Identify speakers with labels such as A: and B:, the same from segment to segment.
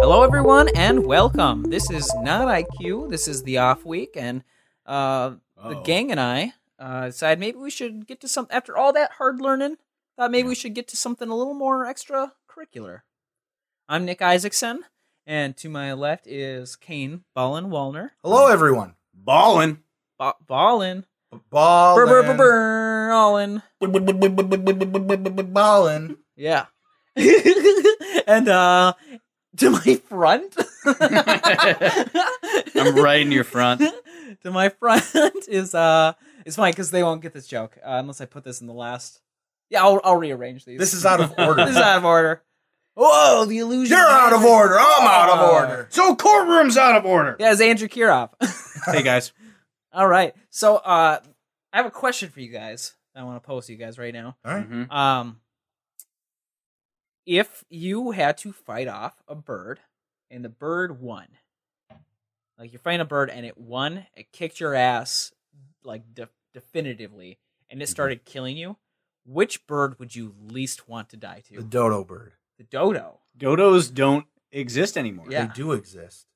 A: Hello, everyone, and welcome. This is not IQ. This is the off week, and uh, the
B: Uh-oh.
A: gang and I uh, decided maybe we should get to some. After all that hard learning, thought maybe we should get to something a little more extracurricular. I'm Nick Isaacson, and to my left is Kane Ballin Wallner.
B: Hello, everyone. Ballin.
A: Ba- Ballin, Brr,
B: Ballin.
A: brr, brr, brr, Ballin.
B: Ballin.
A: Yeah. and uh to my front
C: I'm right in your front.
A: to my front is uh it's funny because they won't get this joke uh, unless I put this in the last Yeah, I'll I'll rearrange these.
B: This is out of
A: This is
B: order.
A: out of order. Whoa, the illusion.
B: You're out of order. I'm out of
A: Oh.
B: order.
C: So courtroom's out of order.
A: Yeah, it's Andrew Kirov.
C: Hey guys,
A: All right. So uh I have a question for you guys. I want to pose to you guys right now.
B: All right.
A: Um, if you had to fight off a bird and the bird won, like you're fighting a bird and it won, it kicked your ass like de- definitively, and it
B: Mm-hmm.
A: started killing you. Which bird would you least want to die to?
B: The dodo bird.
A: The dodo.
C: dodos don't exist anymore.
A: Yeah.
B: They do exist.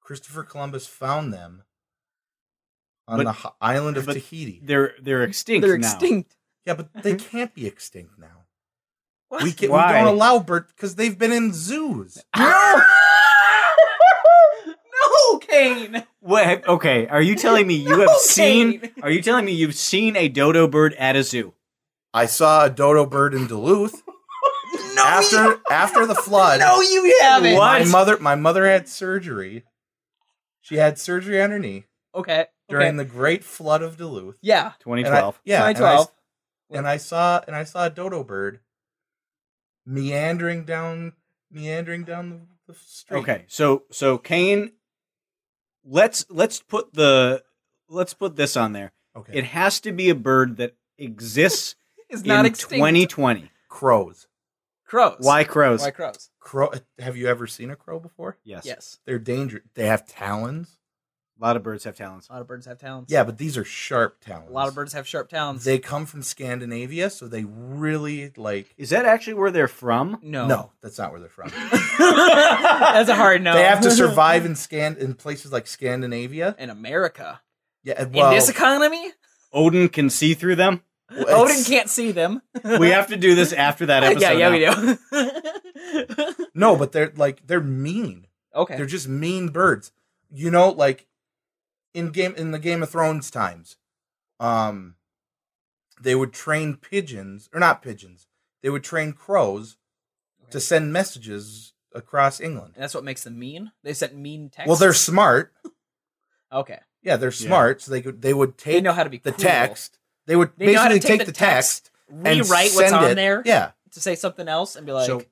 B: Christopher Columbus found them on the
C: But-
B: h- island of
C: but
B: Tahiti.
C: they're they're extinct.
A: They're
C: now.
A: extinct.
B: Yeah, but they can't be extinct now.
A: What?
B: We, can, we
C: Mm-hmm. Why?
B: don't allow birds because they've been in zoos.
A: no. no, Kane.
C: What? have- Okay, are you telling me you
A: No,
C: have seen?
A: Kane.
C: Are you telling me you've seen a dodo bird at a zoo?
B: I saw a dodo bird in Duluth
A: No,
B: after
A: you,
B: after the flood.
A: no, you haven't.
C: What?
B: My mother, my mother had surgery. She had surgery on her knee
A: Okay.
B: during
A: okay.
B: the Great Flood of Duluth.
A: yeah.
B: And I-
C: 2012.
B: yeah, and I-
A: 2012.
B: And I, saw and I saw a dodo bird meandering down, meandering down the, the street.
C: Okay, so so Kane, let's let's put the let's put this on there.
B: okay.
C: It has to be a bird that exists
A: It's
C: in
A: not extinct.
C: 2020.
B: Crows.
A: crows.
C: Why crows?
A: Why crows?
B: Crow. Have you ever seen a crow before?
C: Yes.
A: Yes.
B: They're dangerous. They have talons.
C: a lot of birds have talents.
A: A lot of birds have talons.
B: Yeah, but these are sharp talons.
A: A lot of birds have sharp talons.
B: They come from Scandinavia, so they really like.
C: Is that actually where they're from?
A: no.
B: no that's not where they're from.
A: That's a hard no.
B: They have to survive in scan in places like Scandinavia.
A: in America.
B: Yeah, and- well,
A: in this economy,
C: Odin can see through them.
B: well,
A: Odin
B: it's-
A: can't see them.
C: We have to do this after that episode.
A: yeah, yeah,
C: now.
A: we do.
B: No, but they're like they're mean.
A: okay.
B: They're just mean birds. You know, like in game in the Game of Thrones times, um, they would train pigeons or not pigeons. They would train crows to send messages across England.
A: And that's what makes them mean. They sent mean texts.
B: Well, they're smart.
A: okay.
B: Yeah, they're
C: Yeah.
B: smart. So they could they would take
A: They know how to be
B: the
A: cool.
B: text. They would
A: They know how to
B: basically
A: take
B: take,
A: the
B: the
A: text
B: text, and
A: rewrite what's
B: send
A: on
B: it-
A: there
B: Yeah,
A: to say something else and be like,
C: So-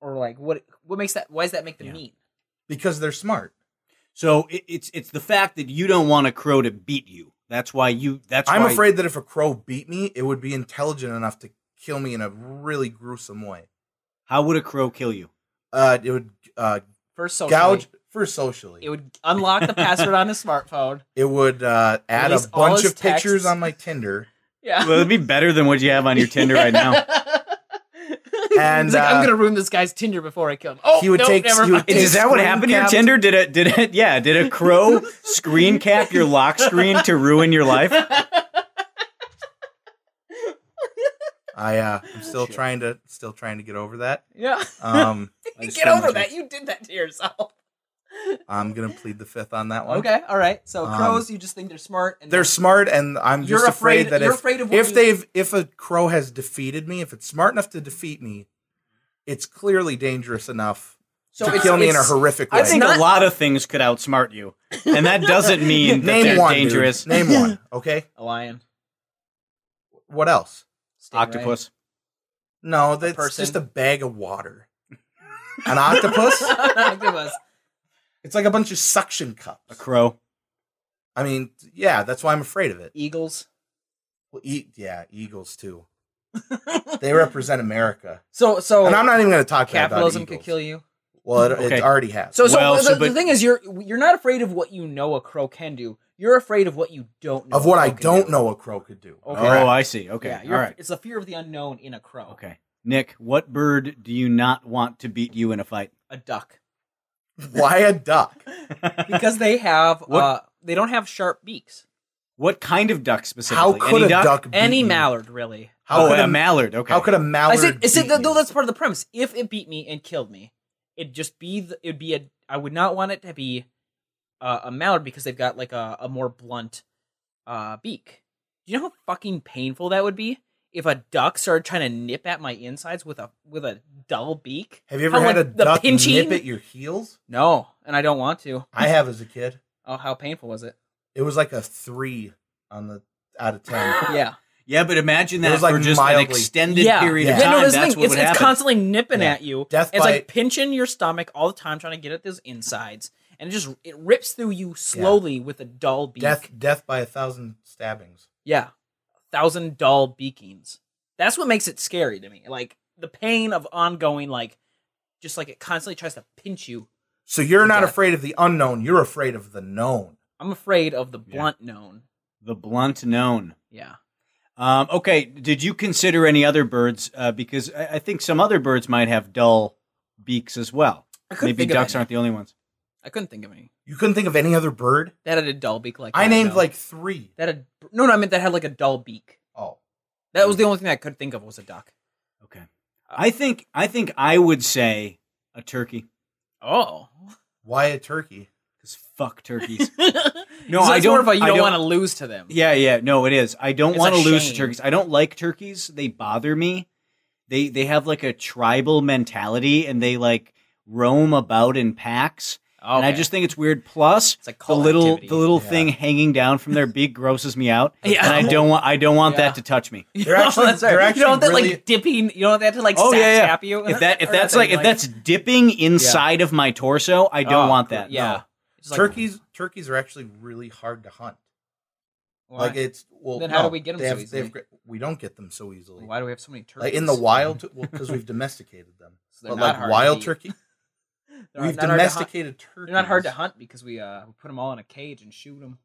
A: or like, what? What makes that? Why does that make them
C: Yeah.
A: mean?
B: because they're smart.
C: So it, it's it's the fact that you don't want a crow to beat you. That's why you. That's
B: I'm
C: why-
B: afraid that if a crow beat me, it would be intelligent enough to kill me in a really gruesome way.
C: How would a crow kill you?
B: Uh, it would uh,
A: First, socially,
B: gouge first socially.
A: It would unlock the password on his smartphone.
B: It would uh, add a
A: Release all
B: bunch
A: his
B: of pictures
A: texts.
B: on my Tinder.
A: Yeah.
C: Well, it'd be better than what you have on your Tinder right now.
B: And,
A: He's like,
B: uh,
A: I'm gonna ruin this guy's Tinder before I kill him. Oh,
B: he would
A: nope,
B: take-
A: Never
B: he would
A: mind.
B: take-
C: Is, that what
B: Screen
C: happened to your
B: capped.
C: Tinder? Did it? Did it? Yeah. Did a crow screen cap your lock screen to ruin your life?
B: I uh,
A: Oh,
B: I'm still
C: Shit.
B: trying to still trying to get over that.
A: yeah.
B: Um,
C: I just
A: Get
C: found
A: over
C: myself-
A: that. You did that to yourself.
B: I'm gonna plead the fifth on that one.
A: Okay. All right. So
B: Um,
A: crows, you just think they're smart and
B: They're smart, and I'm
A: You're
B: just afraid,
A: afraid-
B: that
A: you're
B: if
A: afraid of what
B: if
A: you-
B: they've if a crow has defeated me, if it's smart enough to defeat me, it's clearly dangerous enough
A: so
B: to
A: it's-
B: kill me in a
A: it's-
B: horrific way.
C: I think
A: not-
C: a lot of things could outsmart you, and that doesn't mean that
B: Name
C: they're
B: one, dude.
C: dangerous.
B: Name one. Okay.
A: A lion,
B: What else?
A: Stingray.
C: Octopus.
B: No, that's
A: person.
B: just a bag of water. An octopus?
A: Octopus.
B: It's like a bunch of suction
C: A
B: cups.
C: crow.
B: I mean, yeah, that's why I'm afraid of it.
A: Eagles.
B: Well, e- yeah, eagles too. They represent America,
A: So so
B: and I'm not even going to talk bad
A: capitalism
B: about
A: could
B: eagles.
A: kill you.
B: Well, it,
C: Okay.
B: it already has.
A: So so,
C: Well,
A: the,
C: so,
A: the
C: but-
A: thing is, you're you're not afraid of what you know a crow can do. You're afraid of what you don't know.
B: of what
A: a
B: I
A: crow can
B: don't
A: do.
B: know, a crow could do.
A: Okay.
C: Oh, I see. Okay.
A: Yeah,
C: All
A: you're,
C: right.
A: It's the fear of the unknown in a crow.
C: Okay. Nick, what bird do you not want to beat you in a fight?
A: a duck
C: Oh,
B: Why a duck?
A: because they have
C: What-
A: uh, they don't have sharp beaks.
C: What kind of duck specifically?
B: How could
C: Any
B: a duck, beat
A: Any
B: you?
A: mallard, really.
B: How
C: oh,
B: could
C: a,
B: a,
C: mallard. Okay.
B: how could a
A: I
B: mallard?
A: said, I said
B: beat
A: that, no,
B: you?
A: that's part of the premise. If it beat me and killed me, it'd just be the, it'd be a I would not want it to be uh, a mallard because they've got like a, a more blunt uh, beak. Do you know how fucking painful that would be if a duck started trying to nip at my insides with a with a dull beak?
B: Have you ever
A: How
B: had a
A: would the
B: duck
A: pinching-
B: nip at your heels?
A: No, and I don't want to.
B: I have as a kid.
A: Oh, how painful was it?
B: It was like a three on the out of ten.
A: Yeah,
C: yeah, but imagine that
B: was, like,
C: for just an
B: mildly-
C: extended
A: yeah.
C: period of
A: yeah,
C: time.
A: no, this
C: that's
A: thing,
C: what
A: it's,
C: would
A: it's
C: happen.
A: constantly nipping
B: Yeah.
A: at you.
B: Death
A: It's
B: by
A: like pinching your stomach all the time, trying to get at those insides, and it just it rips through you slowly with a dull beak.
B: death, death by a thousand stabbings.
A: Yeah, thousand dull beakings. That's what makes it scary to me. Like the pain of ongoing, like just like it constantly tries to pinch you.
B: So you're not
A: Death.
B: afraid of the unknown. You're afraid of the known.
A: I'm afraid of the
C: Yeah.
A: blunt known.
C: The blunt known.
A: Yeah,
C: Um, okay, did you consider any other birds? Uh, because I, I think some other birds might have dull beaks as well.
A: I couldn't
C: Maybe
A: think of
C: ducks
A: any.
C: aren't the only ones.
A: I couldn't think of any
B: You couldn't think of any other bird.
A: that had a dull beak like
B: I
A: that,
B: named
A: no.
B: like three.
A: that had no, no. I meant that had like a dull beak.
B: Oh,
A: That was the only thing I could think of was a duck.
C: Okay,
A: Uh,
C: I think I think I would say a turkey
A: Oh,
B: why a turkey?
C: because fuck turkeys.
A: no,
C: I
A: More
C: don't-
A: about you
C: I
A: don't,
C: don't-
A: want to lose to them.
C: Yeah, yeah, no, it is. I don't
A: It's
C: want to
A: a
C: lose to
A: shame.
C: turkeys. I don't like turkeys. They bother me. They they have like a tribal mentality and they like roam about in packs. And I
A: Okay.
C: just think Oh, it's weird. Plus,
A: it's like
C: the
A: call
C: little
A: activity.
C: the little
B: Yeah.
C: thing hanging down from their beak grosses me out.
A: Yeah.
C: And I don't want I don't want
A: Yeah.
C: that to touch me.
B: They're actually-
A: That's right.
B: they're
A: you don't want
B: actually
A: that like dipping. You don't want that to like
C: Oh,
A: sap
C: yeah, yeah.
A: tap you.
C: If that if
A: Or
C: that's
A: nothing,
C: like if that's dipping inside of my torso, I don't
A: Oh,
C: want that.
A: Yeah,
C: No.
A: It's like-
B: turkeys, turkeys are actually really hard to hunt.
A: Why?
B: Like it's well.
A: Then how
B: no,
A: do we get 'em
B: they
A: so
B: have- they
A: easily?
B: have gre- we don't get them so easily.
A: Why do we have so many turkeys?
B: Like in the wild, because we've domesticated them.
A: So they're
B: But
A: not
B: like
A: hard to
B: wild
A: eat.
B: turkey,
A: They're not
B: we've
A: hard to hunt.
B: domesticated turkeys.
A: They're not hard to hunt because we uh we put them all in a cage and shoot them.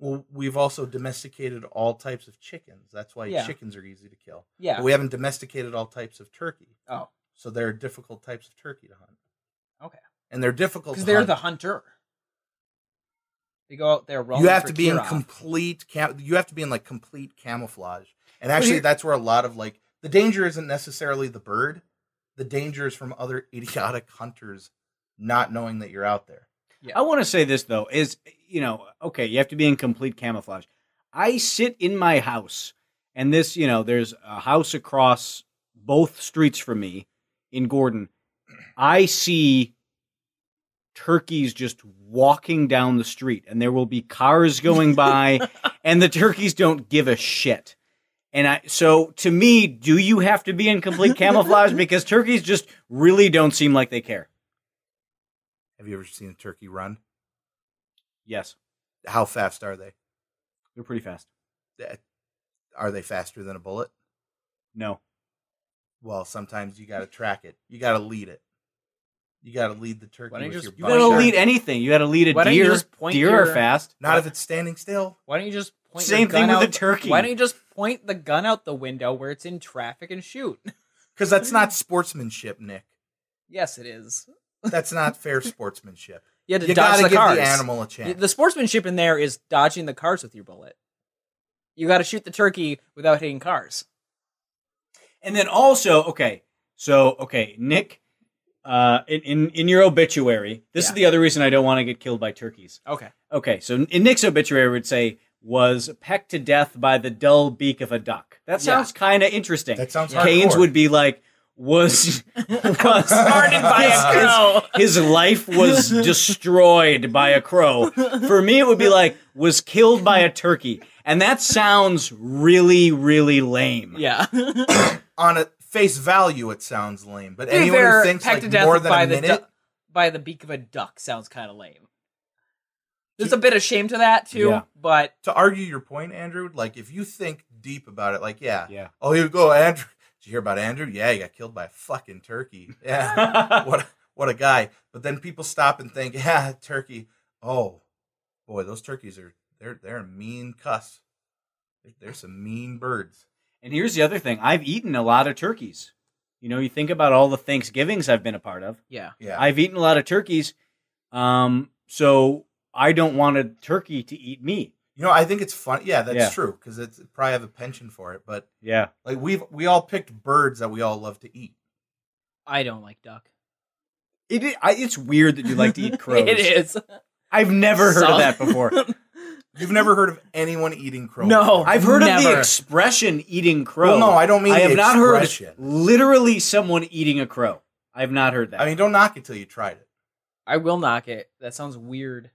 B: Well, we've also domesticated all types of chickens. That's why
A: Yeah.
B: chickens are easy to kill.
A: Yeah.
B: But we haven't domesticated all types of turkey.
A: oh,
B: So there are difficult types of turkey to hunt.
A: Okay.
B: And they're difficult
A: because
B: to
A: they're
B: hunt.
A: the hunter. They go out there rolling.
B: you have
A: for
B: to be in
A: Kirov.
B: complete cam- you have to be in like complete camouflage. And
A: Well,
B: actually
A: here-
B: that's where a lot of like the danger isn't necessarily the bird. The danger is from other idiotic hunters not knowing that you're out there.
C: I want to say this though is you know okay you have to be in complete camouflage. I sit in my house and this you know there's a house across both streets from me in Gordon. I see turkeys just walking down the street and there will be cars going by and the turkeys don't give a shit. And I so to me do you have to be in complete camouflage because turkeys just really don't seem like they care.
B: Have you ever seen a turkey run?
C: Yes,
B: How fast are they?
C: they're pretty fast.
B: Eh, Are they faster than a bullet?
C: No.
B: Well, sometimes you got to track it. You got to lead it. You got to lead the turkey
A: Why don't you
B: with
A: just-
B: your
A: you
C: You gotta
A: Oh, Sure.
B: butt.
C: lead anything. You gotta lead a
A: Why don't you
C: deer.
A: just point
C: deer
A: your-
C: are fast.
B: Not if it's standing still.
A: Why don't you just point your
C: Same thing
A: gun
C: with
A: out-
C: a turkey.
A: Why don't you just point the gun out the window where it's in traffic and shoot?
B: Because that's not sportsmanship, Nick.
A: yes, it is.
B: That's not fair sportsmanship.
A: You had to
B: You
A: dodge
B: got to
A: the
B: give
A: cars.
B: the animal a
A: The-
B: chance.
A: The sportsmanship in there is dodging the cars with your bullet. You got to shoot the turkey without hitting cars.
C: And then also, okay, so okay, Nick, uh, in in, in your obituary, this is
A: Yeah. Oh.
C: the other reason I don't want to get killed by turkeys.
A: Okay.
C: Okay, so in Nick's obituary would say was pecked to death by the dull beak of a duck. That
A: Yeah.
C: sounds kind of interesting.
B: that sounds hardcore.
C: Keynes would be like was was
A: Started by a
C: his-
A: crow.
C: his life was destroyed by a crow. For me, it would be like was killed by a turkey, and that sounds really, really lame.
A: Yeah.
B: on a face value. It sounds lame, but
A: To be
B: anyone
A: fair,
B: who thinks
A: pecked
B: like
A: to death
B: more than
A: by
B: a
A: the
B: minute,
A: du- by the beak of a duck sounds kind of lame. There's a bit of shame to that too,
C: Yeah.
A: but
B: to argue your point, Andrew. Like if you think deep about it, like yeah,
C: yeah.
B: oh here you go, Andrew. Did you hear about Andrew? Yeah, he got killed by a fucking turkey. Yeah. what what a guy. But then people stop and think, yeah, turkey. Oh, boy, those turkeys are they're they're a mean cuss. They're, they're some mean birds.
C: and here's the other thing: I've eaten a lot of turkeys. You know, you think about all the Thanksgivings I've been a part of.
A: Yeah.
B: Yeah.
C: I've eaten a lot of turkeys, um, so I don't want a turkey to eat me.
B: you know, I think it's fun. Yeah, that's
C: Yeah.
B: true because it's probably have a penchant for it. But
C: Yeah,
B: like we've we all picked birds that we all love to eat.
A: I don't like duck.
C: it. i- I, it's weird that you like to eat crows.
A: it is.
C: I've never heard of that before.
B: You've never heard of anyone eating crows?
A: No,
B: before.
C: I've heard of the
A: Never.
C: expression eating crow.
B: Well, no, I don't mean.
C: I have
B: the
C: not heard
B: expression.
C: literally someone eating a crow. I have not heard that.
B: I mean, don't knock it till you tried it.
A: I will knock it. That sounds weird.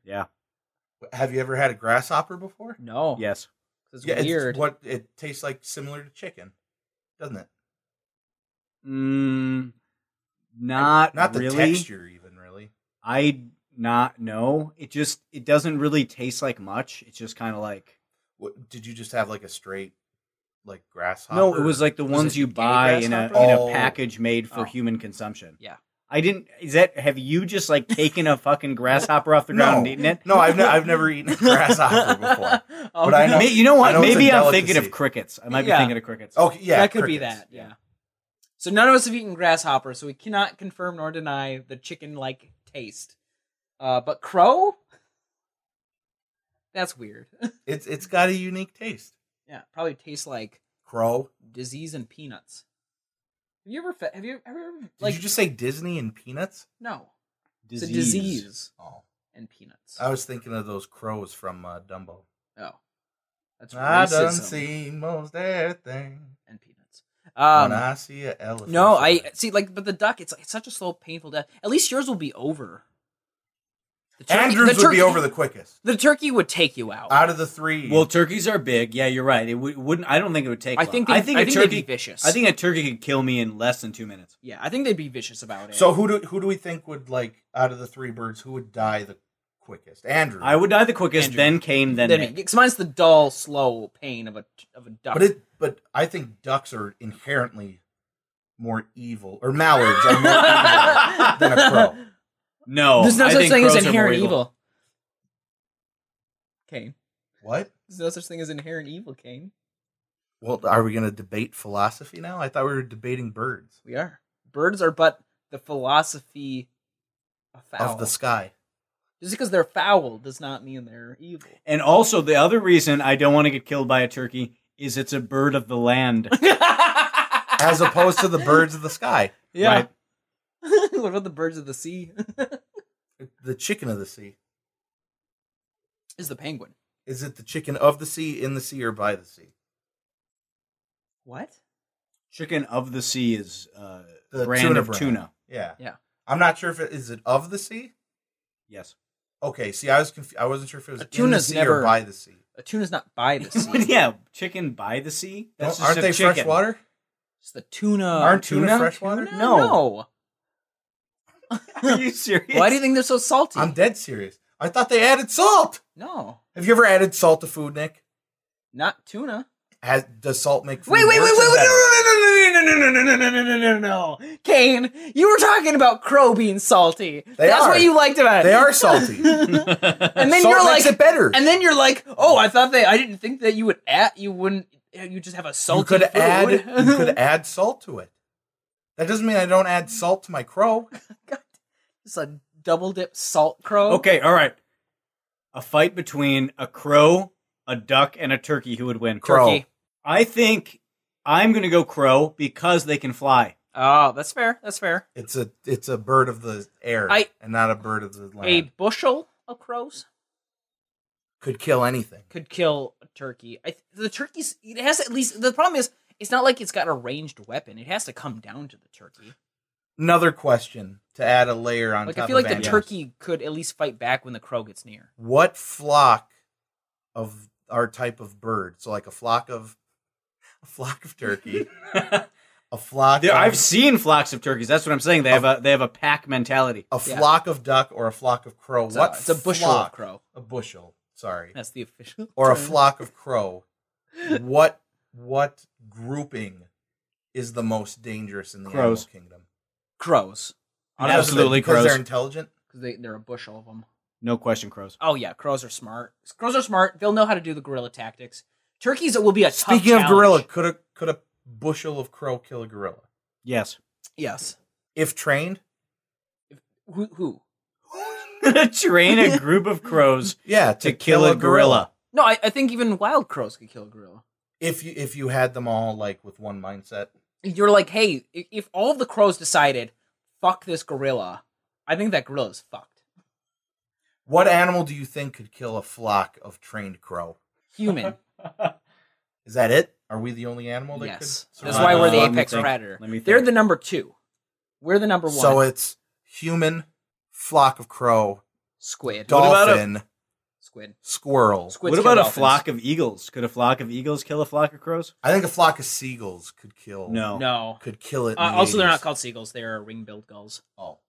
B: Have you ever had a grasshopper before?
A: No.
C: yes.
A: It's
B: yeah,
A: weird.
B: it's what it tastes like, similar to chicken, doesn't it?
C: Mm, not
B: Not the
C: really.
B: texture, even really.
C: I not know. It just it doesn't really taste like much. It's just kind of like
B: What, did you just have like a straight, like grasshopper?
C: no. It was like the
A: Was
C: ones
A: it
C: you
A: gay
C: buy in a
A: grasshopper?
C: in
B: Oh.
C: a package made for
A: Oh.
C: human consumption.
A: Yeah.
C: I didn't. Is that have you just like taken a fucking grasshopper off the ground and
B: No.
C: eaten it?
B: no. I've ne- I've never eaten a grasshopper before.
A: Oh,
B: But I
A: no.
B: know-
C: May- you know what?
B: I know it's a
C: Maybe I'm thinking
B: delicacy.
C: of crickets. I might
A: Yeah.
C: be thinking of crickets.
B: Okay, yeah,
A: that could be
B: crickets.
A: that. Yeah. So none of us have eaten grasshopper, so we cannot confirm nor deny the chicken-like taste. Uh, but crow, that's weird.
B: It's it's got a unique taste.
A: yeah, probably tastes like
B: Crow.
A: disease and peanuts. Have you ever? Fe- have you ever?
B: Did
A: Like
B: you just say Disney and peanuts?
A: no, it's a disease
B: Oh,
A: and peanuts.
B: I was thinking of those crows from uh, Dumbo.
A: oh, that's
B: I
A: racism
B: done seen most everything
A: and peanuts. Um,
B: when I see an elephant.
A: no, I see. Like, but the duck, it's, it's such a slow, painful death. At least yours will be over. The turkey-
B: Andrews
A: the
B: would be
A: turkey-
B: over the quickest
A: The turkey would take you out.
B: out of the three.
C: Well, turkeys are big. Yeah, you're right. It w- wouldn't. I don't think it would take.
A: I
C: long.
A: think they,
C: I think a
A: they'd be
C: turkey.
A: vicious.
C: I think a turkey could kill me in less than two minutes.
A: yeah, I think they'd be vicious about it.
B: so who do who do we think would like out of the three birds who would die the quickest? Andrew.
C: I would die the quickest,
A: Andrew.
C: then Kane, then,
A: then
C: me.
A: because mine's the dull, slow pain of a of a duck.
B: But it but I think ducks are inherently more evil or mallards are more evil than a crow. Oh,
C: No,
A: There's no
C: I
A: such
C: think
A: thing as
C: crows are more
A: inherent evil. Kane,
B: What?
A: there's no such thing as inherent evil. Kane,
B: Well, are we going to debate philosophy now? I thought we were debating birds
A: we are birds are but the philosophy of foul.
B: of the sky.
A: Just because they're foul does not mean they're evil.
C: And also, the other reason I don't want to get killed by a turkey is it's a bird of the land.
B: as opposed to the birds of the sky,
A: yeah. what about the birds of the sea?
B: the chicken of the sea.
A: Is the penguin
B: Is it the chicken of the sea, in the sea, or by the sea?
A: what?
C: Chicken of the sea is uh,
B: The
C: brand
B: tuna
C: of
B: brand.
C: tuna.
B: Yeah,
A: Yeah.
B: I'm not sure if it is it of the sea.
C: Yes.
B: Okay, see, I was confu- I wasn't sure if it was
A: A
B: in the
A: tuna's
B: sea or
A: never-
B: by the sea.
A: A tuna's not by the sea.
C: yeah, chicken by the sea.
B: Don't-
C: That's just
B: aren't
C: a
B: they
C: chicken.
B: freshwater?
A: It's the Uh, tuna.
B: aren't tuna,
C: tuna?
B: freshwater?
A: Tuna?
C: No.
A: No.
C: Are you serious?
A: Why do you think they're so salty?
B: I'm dead serious. I thought they added salt.
A: no,
B: Have you ever added salt to food, Nick?
A: not tuna.
B: Has, does salt make food
A: Wait, wait, wait, wait,
B: worse or
A: wait,
B: better?
A: wait, no, no, no, no, no, no, no, no, no, no, no, no, no, no. Kane, you were talking about crow being salty.
B: They
A: That's
B: are.
A: what you liked about it.
B: They are salty.
A: And then
B: salt
A: you're
B: makes
A: like,
B: it better.
A: and then you're like, oh, I thought they, I didn't think that you would add, you wouldn't, you just have a salty
B: you could
A: food.
B: add you could add salt to it. That doesn't mean I don't add salt to my crow.
A: It's a double dip salt crow.
C: Okay, all right. A fight between a crow, a duck, and a turkey. Who would win?
B: Crow.
A: Turkey.
C: I think I'm going to go crow because they can fly.
A: Oh, that's fair. That's fair.
B: It's a it's a bird of the air
A: I-
B: and not a bird of the land.
A: A bushel of crows.
B: Could kill anything.
A: could kill a turkey. I, th- the turkey's it has at least the problem is it's not like it's got a ranged weapon. It has to come down to the turkey.
B: Another question to add a layer on
A: Like
B: top
A: I feel like
B: of
A: the
B: Andy's.
A: turkey could at least fight back when the crow gets near.
B: What flock of our type of bird? So like a flock of a flock of turkey, a flock
C: There,
B: of,
C: I've seen flocks of turkeys. That's what I'm saying. They have a they have a pack mentality.
B: a
A: yeah.
B: flock of duck or a flock of crow.
A: It's,
B: what
A: a, it's a bushel
B: flock,
A: of crow.
B: A bushel, sorry.
A: That's the official.
B: or a
A: term.
B: flock of crow, what what grouping is the most dangerous in the
C: Crows.
B: animal kingdom?
A: Crows
B: Because they're-
C: Absolutely
B: because
C: crows.
B: they're intelligent.
A: because they they're a bushel of them.
C: No question, crows.
A: Oh yeah, crows are smart. Crows are smart. They'll know how to do the gorilla tactics. Turkeys it will be a tough
B: Speaking of gorilla,
A: challenge.
B: could a could a bushel of crow kill a gorilla?
C: Yes.
A: Yes.
B: If trained,
A: Who? Who?
C: Train a group of crows
B: yeah,
C: to kill a gorilla.
A: No, I, I think even wild crows could kill a gorilla.
B: If you if you had them all like with one mindset,
A: You're like, hey, i- if all the crows decided, fuck this gorilla, I think that gorilla is fucked.
B: what animal do you think could kill a flock of trained crow?
A: Human.
B: Is that it? Are we the only animal that
A: yes.
B: could?
A: That's
B: survive
A: why we're
B: a
A: the
B: flock?
A: apex
C: think.
A: predator.
C: Let me
A: They're
C: think.
A: the number two. We're the number one.
B: So it's human, flock of crow,
A: squid.
C: What about a-
B: dolphin,
A: squid.
B: squirrel.
A: Squid.
C: What about a flock of eagles? Could a flock of eagles kill a flock of crows?
B: I think a flock of seagulls could kill.
C: No.
A: No.
B: could kill it. in
A: Uh,
B: the
A: also, they're
B: 80s.
A: not called seagulls. They're ring-billed gulls.
B: Oh,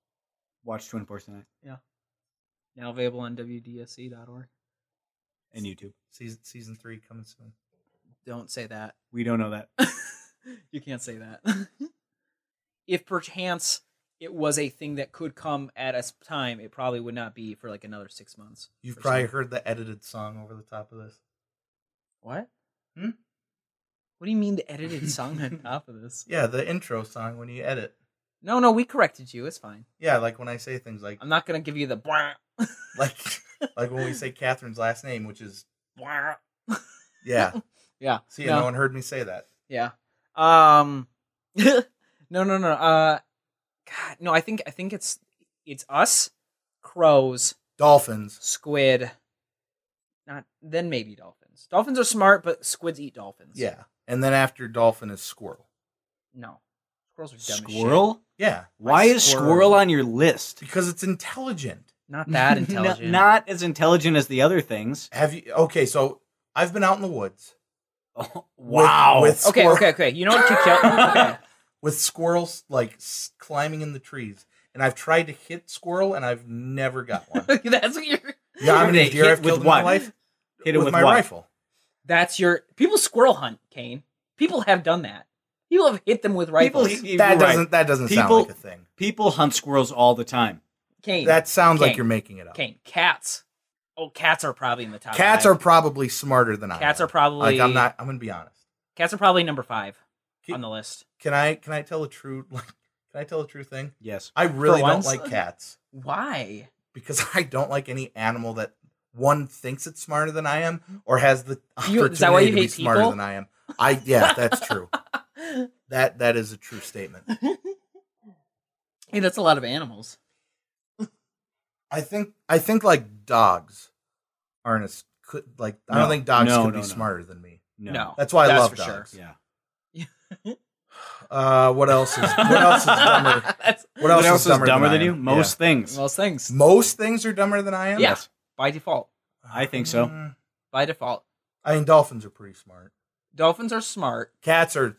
C: Watch Twin Force tonight
A: Now available on WDSC.org.
C: and YouTube.
B: season season three coming soon.
A: Don't say that.
C: We don't know that.
A: you can't say that. if perchance it was a thing that could come at a s- time, it probably would not be for like another six months.
B: You've
A: or
B: probably
A: something.
B: heard the edited song over the top of this.
A: what?
B: Hmm?
A: What do you mean the edited song on top of this?
B: Yeah, the intro song when you edit.
A: No, no, we corrected you. It's fine.
B: Yeah, like when I say things like
A: I'm not gonna give you the blah,
B: like like when we say Catherine's last name, which is
A: blah.
B: yeah.
A: Yeah.
B: See,
A: no,
B: no one heard me say that.
A: Yeah. Um. no, no, no. no, Uh. God, no. I think I think it's it's us, crows,
B: Dolphins.
A: squid. Not then maybe dolphins. Dolphins are smart, but squids eat dolphins.
B: Yeah, and then after dolphin is squirrel.
A: No. Squirrels are dumb as shit.
C: Squirrel?
B: Yeah,
C: Why is squirrel on your list?
B: because it's intelligent.
A: Not that
C: N-
A: intelligent.
C: Not as intelligent as the other things.
B: Have you? Okay, so I've been out in the woods
C: wow.
B: with-
A: Okay,
B: squirrel.
A: okay, okay. You know what you kill? Okay.
B: with squirrels like s- climbing in the trees, and I've tried to hit squirrel, and I've never got one.
A: That's what you're.
B: You know how many
C: Hit
B: deer I've
C: with
B: killed in my
C: what?
B: life?
C: Hit it with,
B: my
C: what?
B: rifle.
A: That's your. People squirrel hunt, Kane. People have done that. People have hit them with
C: People,
A: rifles.
C: you're
B: That
C: right.
B: doesn't. That doesn't
C: People-
B: sound like a thing.
C: People hunt squirrels all the time.
A: Kane.
B: That sounds like
A: Gang.
B: you're making it up.
A: Kane. Cats. Oh, cats are probably in the top.
B: Cats are
A: five.
B: probably smarter than I.
A: Cats
B: am.
A: are probably.
B: Like I'm not. I'm gonna be honest.
A: Cats are probably number five
B: Ki-
A: on the list.
B: Can I? Can I tell a true? Like, can I tell a true thing?
C: Yes.
B: I really don't
A: once?
B: like cats
A: Why?
B: because I don't like any animal that one thinks it's smarter than I am or has the opportunity
A: Mm-hmm. You- is that why you
B: to be
A: hate
B: smarter
A: people?
B: than I am. I yeah, that's true. that that is a true statement.
A: Hey, that's a lot of animals.
B: I think I think like dogs aren't as could like I don't
C: No,
B: think dogs
C: no,
B: could be
C: no, no.
B: smarter than me.
A: No,
B: That's why I
A: That's
B: love
A: for sure.
B: dogs.
C: Yeah.
B: Uh, what else is what else is dumber?
A: That's
B: What else,
C: is dumber,
B: I
C: than, you?
B: am?
C: Most things.
A: most things
B: Yeah. most things are dumber than I am.
A: Yeah. by default.
C: I think so.
B: Mm,
A: By default,
B: I mean, dolphins are pretty smart.
A: dolphins are smart.
B: Cats are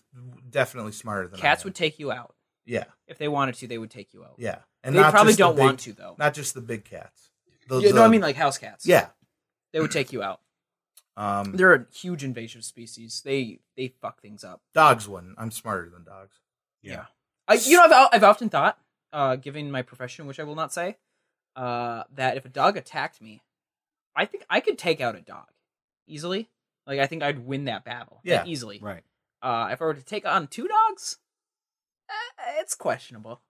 B: definitely smarter than
A: Cats
B: I am.
A: would take you out
B: yeah,
A: if they wanted to. They would take you out.
B: yeah, and
A: they
B: not
A: probably
B: just the
A: don't
B: big-
A: want to though.
B: Not just the big cats. The,
A: yeah,
B: the-
A: no, I mean like house cats.
B: yeah.
A: they would take you out.
B: Um,
A: They're a huge invasive species. They they fuck things up.
B: dogs wouldn't. I'm smarter than dogs.
A: I, you know, I've, al- I've often thought, uh, given my profession, which I will not say, uh, that if a dog attacked me, I think I could take out a dog easily. Like, I think I'd win that battle
B: Yeah,
A: easily.
C: Right.
A: Uh, if I were to take on two dogs, eh, it's questionable.